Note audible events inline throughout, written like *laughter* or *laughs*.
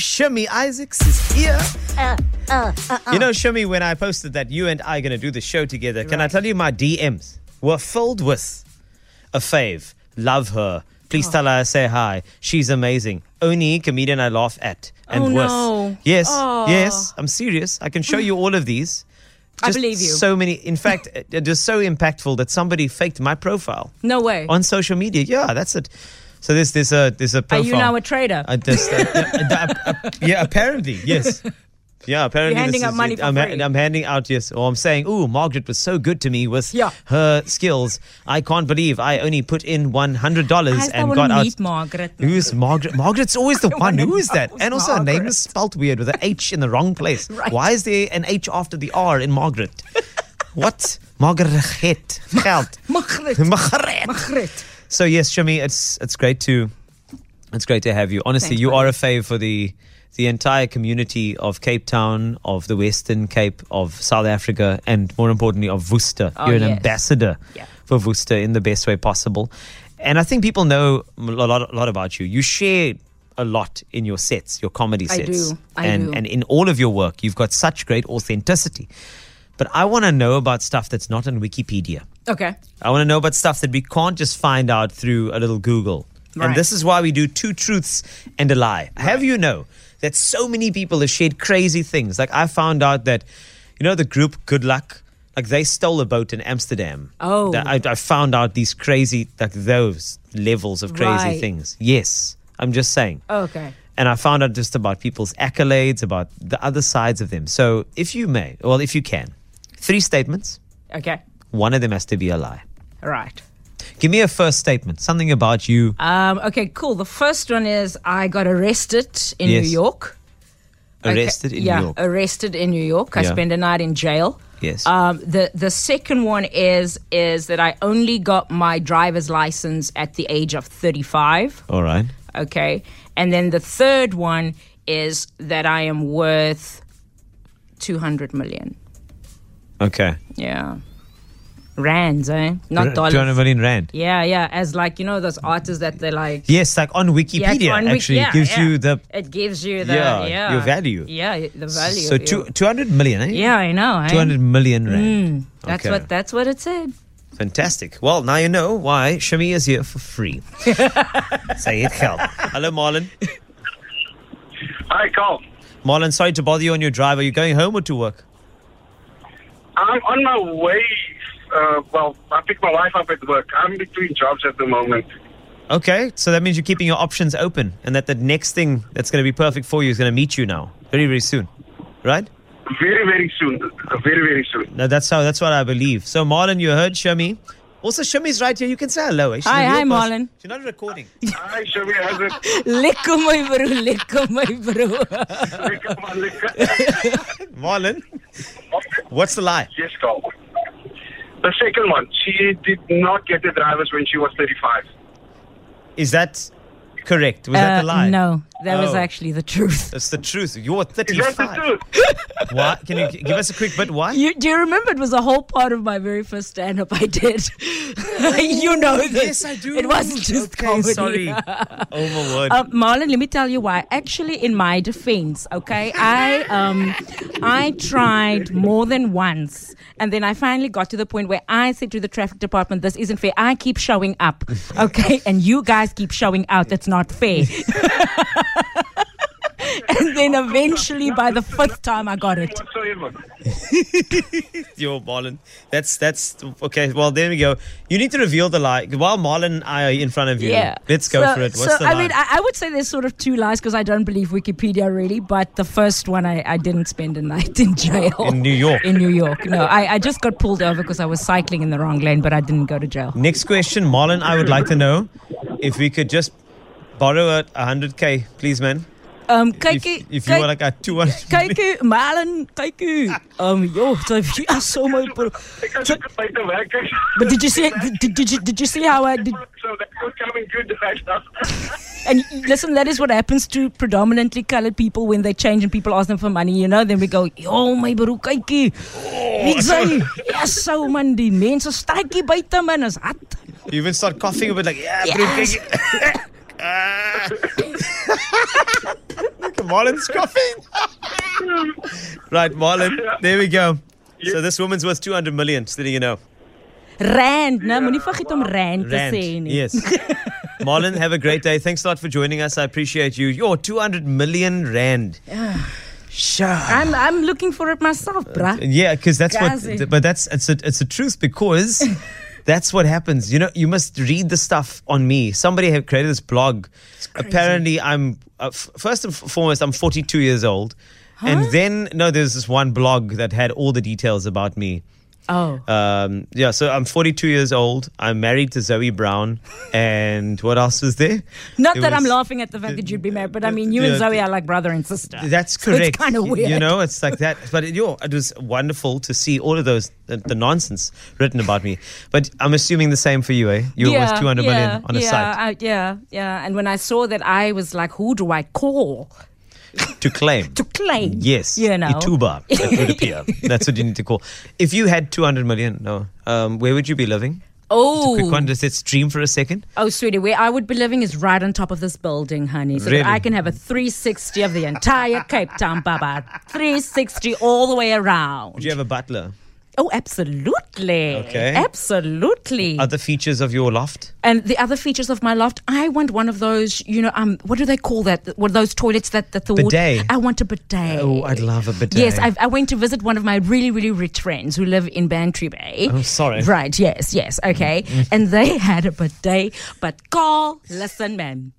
Shami Isaacs is here. Uh, uh, uh, uh. You know, Shami, when I posted that you and I are going to do the show together, can I Right. tell you my DMs were filled with a fave. Love her. Please Oh. tell her I say hi. She's amazing. Only comedian I laugh at and Oh, worse. no. Yes, Oh. yes. I'm serious. I can show you all of these. *sighs* I Just believe you. So many. In *laughs* fact, it is so impactful that somebody faked my profile No way. on social media. Yeah, that's it. So there's there's a there's a Are profile. you now a trader? I just, uh, yeah, uh, uh, yeah, apparently, yes. Yeah, apparently. You're handing this out is money it. for I'm, ha- free. I'm handing out, yes. Or I'm saying, ooh, Margaret was so good to me with Yeah. her skills. I can't believe I only put in Guys, $100 I and want got to out. meet Margaret. Who's Margaret? Margaret's always *laughs* the one. wanna Who is know that? who's And also, her name is Margaret. spelt weird with a H in the wrong place. *laughs* Right. Why is there an H after the R in Margaret? *laughs* what? Margaret. *laughs* Geld. *laughs* Margaret. Margaret. Margaret. So yes, Shami, it's it's great to it's great to have you. Honestly, Thanks, you buddy. are a fave for the the entire community of Cape Town, of the Western Cape, of South Africa, and more importantly of Worcester. Oh, You're an yes. ambassador Yeah. for Worcester in the best way possible. And I think people know a lot, a lot about you. You share a lot in your sets, your comedy I sets. do. I and, do. and in all of your work, you've got such great authenticity. But I want to know about stuff that's not on Wikipedia. Okay. I want to know about stuff that we can't just find out through a little Google. And Right. this is why we do two truths and a lie. Have you know that so many people have shared crazy things? Like I found out that, you know, the group Good Luck, like they stole a boat in Amsterdam. Oh. That I, I found out these crazy, like those levels of crazy Right. Oh. things. Yes, I'm just saying. Okay. And I found out just about people's accolades, about the other sides of them. So if you may, well, if you can, three statements. Okay. One of them has to be a lie. Right. Give me a first statement, something about you. Um, okay, cool. The first one is I got arrested in Yes. New York. Okay, Arrested in yeah, uh, New York. arrested in New York. I Yeah. spent a night in jail. Yes. Um, the the second one is is that I only got my driver's license at the age of thirty five. All right. Okay. And then the third one is that I am worth 200 million. Okay. Yeah. Rands, eh? Not Two hundred dollars. million rand. Yeah, yeah. As like, you know, those artists that they like. Yes, like on Yeah, Wikipedia, on Wik- actually, yeah, it gives yeah. you the. It gives you the. Yeah, Yeah, your value. Yeah, the value. so yeah. two, 200 million, eh? Yeah, I know. eh? Two hundred million rand. That's Okay. what that's what it said. Fantastic. Well, now you know why Shami is here for *laughs* free. Say it help. Hello, Marlon. Hi, Carl. Marlon, sorry to bother you on your drive. Are you going home or to work? I'm on my way. Uh, well, I picked my wife up at work. I'm between jobs at the moment. Okay, so that means you're keeping your options open, and that the next thing that's going to be perfect for you is going to meet you now, very, very soon, right? Very, very soon. Very, very soon. No, that's how. That's what I believe. So, Marlon, you heard Shami. Also, Shami's right here. You can say hello. eh? She's a Hi, real hi, person. Marlon. She's not recording. *laughs* Hi, Shami. How's it? Licko my bro, licko my bro. Lick up my lick. Marlon, what's the lie? yes, Carl. The second one, she did not get the drivers when she was 35. Is that correct? Was that Uh, the lie? No, that was Oh. actually the truth. That's the truth. You're Is that the 35. truth? Why? Can you g- give us a quick bit? Why? You, do you remember it was a whole part of my very first stand up I did? *laughs* you know this. yes, I do. It wasn't just okay, comedy. *laughs* sorry. oh, my word. Uh, Marlon, let me tell you why. Actually, in my defense, okay, I um, I tried more than once, and then I finally got to the point where I said to the traffic department, "This isn't fair. I keep showing *laughs* up, okay, and you guys keep showing out. That's not fair." *laughs* and then eventually, by the fifth time, I got it. Whatsoever. Yo, Marlon. That's that's okay. Well, there we go. You need to reveal the lie. While Marlon and I are in front of you, Yeah. let's go So- for it. What's so, the I lie? mean, I, I would say there's sort of two lies because I don't believe Wikipedia really, but the first one, I, I didn't spend a night *laughs* in jail. in New York. in New York. No, I, I just got pulled over because I was cycling in the wrong lane, but I didn't go to jail. Next question, Marlon. I would like to know if we could just borrow a hundred k, please, man. Um, If, Kaiki, if you were like a two hundred. Kaiku, Marlon, Kaiku. Um, yo, so if you are so my bro. Ek kan ook by te werk. But did you see? Did, did you did you see how I did? *laughs* So that was coming good right now. And listen, that is what happens to predominantly colored people when they change and people ask them for money. You know, then we go, yo, my bro, Kaiku. Oh. Ek sê, yes, so man, die mense strykie buite man is hard. You even start coughing a bit, like yeah, bro, Yes. kyk. Ah. *laughs* Marlon's *laughs* coughing. right, Marlon. There we go. So this woman's worth 200 million, just letting you know. Rand, né? Moenie vergeet om rand te Rand. sê nie. *laughs* Yes. Marlon, have a great day. Thanks a lot for joining us. I appreciate you. Your 200 million rand. Sure. I'm I'm looking for it myself, bruh. Yeah, because that's Gazi. what. But that's it's a it's a truth *laughs* because that's what happens. You know, you must read the stuff on me. Somebody had created this blog. Apparently, I'm uh, f- first and f- foremost, I'm 42 years old, and then no, there's this one blog that had all the details about me. Oh. Um, yeah, so I'm 42 years old. I'm married to Zoe Brown, and what else was there? Not It that I'm was- laughing at the fact that you'd be married, but I mean, you yeah, and Zoe are like brother and sister. That's So it's correct. kinda Y- You weird. know, it's like that. But it, yo, it was wonderful to see all of those the, the nonsense written about me. But I'm assuming the same for you, eh? You were almost 200 million on a yeah, site I- yeah, yeah. And when I saw that, I was like, who do I call to claim. to claim? yes, You know. *laughs* Ituba. That would appear. That's what you need to call. If you had 200 million, no, um, where would you be living? Just a quick Oh, one. Just let's dream for a second. oh, sweetie, where I would be living is right on top of this building, honey. So Really? that I can have a 360 of the entire Cape Town, Baba. 360 all the way around. Do you have a butler? Oh, absolutely. Okay. Uh, Absolutely. Other features of your loft? And the other features of my loft, I want one of those, you know, um, what do they call that? Th- What are those toilets that, that the water- Bidet. I want a bidet. Oh, I'd love a bidet. Yes, I've, I went to visit one of my really, really rich friends who live in Bantry Bay. Oh, sorry. Mm, Right, yes, yes, okay. And they *laughs* had a bidet, but Carl, listen, man.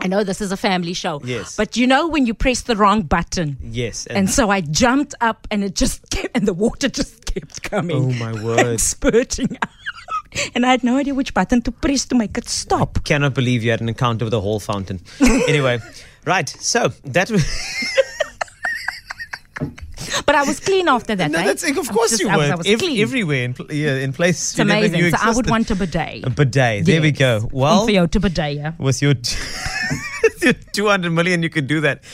I know this is a family show. Yes. Mm-hmm. But you know when you press the wrong button? Yes, and- And, so I jumped up and it just *laughs* kept, and the water just kept coming. Oh, my *laughs* and word. spurting out. And I had no idea which button to press to make it stop. Cannot believe you had an encounter with a hall *laughs* fountain. anyway, right. So that *laughs* was. But I was clean after that. No, eh? that's of I'm course just- you I was, were. I was Ev- clean. everywhere in, pl- yeah, in place. it's amazing. So I would want a bidet. a bidet. There we Yes. go. Well, Om vir jou te *laughs* bidet. with your, with your 200 million, you could do that.